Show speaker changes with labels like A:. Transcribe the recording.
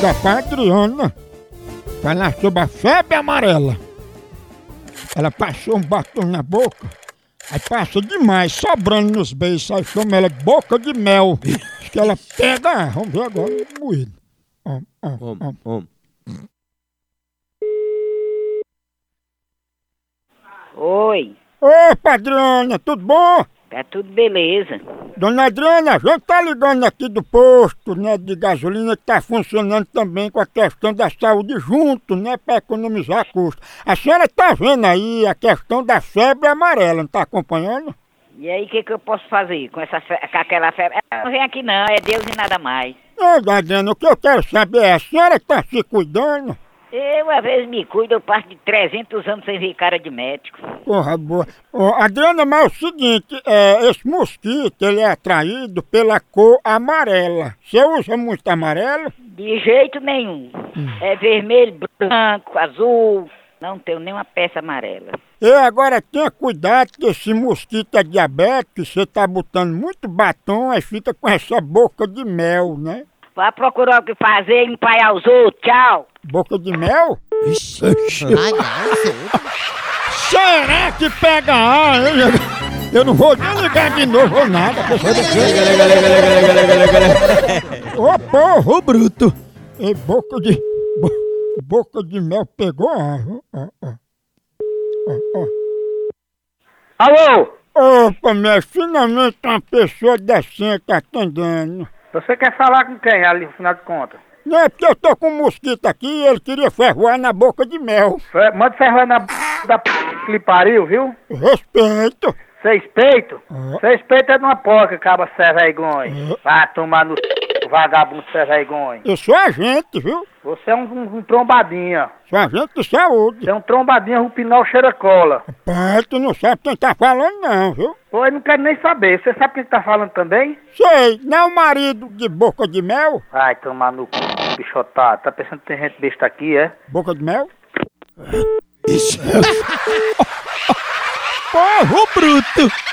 A: da Padriana falar sobre a febre amarela. Ela passou um batom na boca, aí passa demais, sobrando nos beijos, aí chama ela de boca de mel. Acho que ela pega, vamos ver agora, moído. Ó, ó, ó.
B: Om, om.
C: Oi,
A: Ô, Padriana, tudo bom?
C: tá tudo beleza.
A: Dona Adriana, a gente tá ligando aqui do posto, né, de gasolina que tá funcionando também com a questão da saúde junto, né, para economizar custo. A senhora tá vendo aí a questão da febre amarela, não tá acompanhando?
C: E aí, o que, que eu posso fazer com, essa fe- com aquela febre? Ah, Não vem aqui não, é Deus e nada mais.
A: Não, Dona Adriana, o que eu quero saber é, a senhora tá se cuidando?
C: Eu, às vezes, me cuido, eu passo de 300 anos sem ver cara de médico.
A: Porra, boa. Ô, Adriana, mas é o seguinte, é, esse mosquito, ele é atraído pela cor amarela. Você usa muito amarelo?
C: De jeito nenhum. É vermelho, branco, azul. Não tenho nenhuma peça amarela.
A: E É, agora tenha cuidado que esse mosquito é diabético, você tá botando muito batom, aí fica com essa boca de mel, né?
C: Vá procurar o que fazer, empaiar os outros. Tchau.
A: Boca de mel?
D: Ai, ai,
A: Será que pega ar, hein? Eu não vou nem ligar de novo ou nada. Ô porro bruto! E boca de. bo- boca de mel pegou ar, viu? Ó, ó. Ó, ó.
C: Alô?
A: Opa, meu, finalmente uma pessoa decente atendendo.
E: Você quer falar com quem ali, no final de contas?
A: Não, é porque eu tô com um mosquito aqui e ele queria ferroar na boca de mel.
E: Fe- Manda ferrar na b... da p... que lhe pariu, viu?
A: Respeito.
E: Seis peito?
A: Ah.
E: Seis peito é de uma porca, caba sem
A: Ah.
E: vergonha. Vai tomar no c... vagabundo sem vergonha.
A: Eu sou agente, viu?
E: Você é um, um- um trombadinha.
A: Sou agente de saúde.
E: Você é um trombadinha, rupinol cheira cola.
A: Pai, tu não sabe quem tá falando não, viu?
E: Pô, eu não quero nem saber. Você sabe quem tá falando também?
A: Sei, não é o marido de boca de mel?
E: Vai tomar no c... bichotado. Tá pensando que tem gente besta aqui, é?
A: Boca de mel? Porro bruto!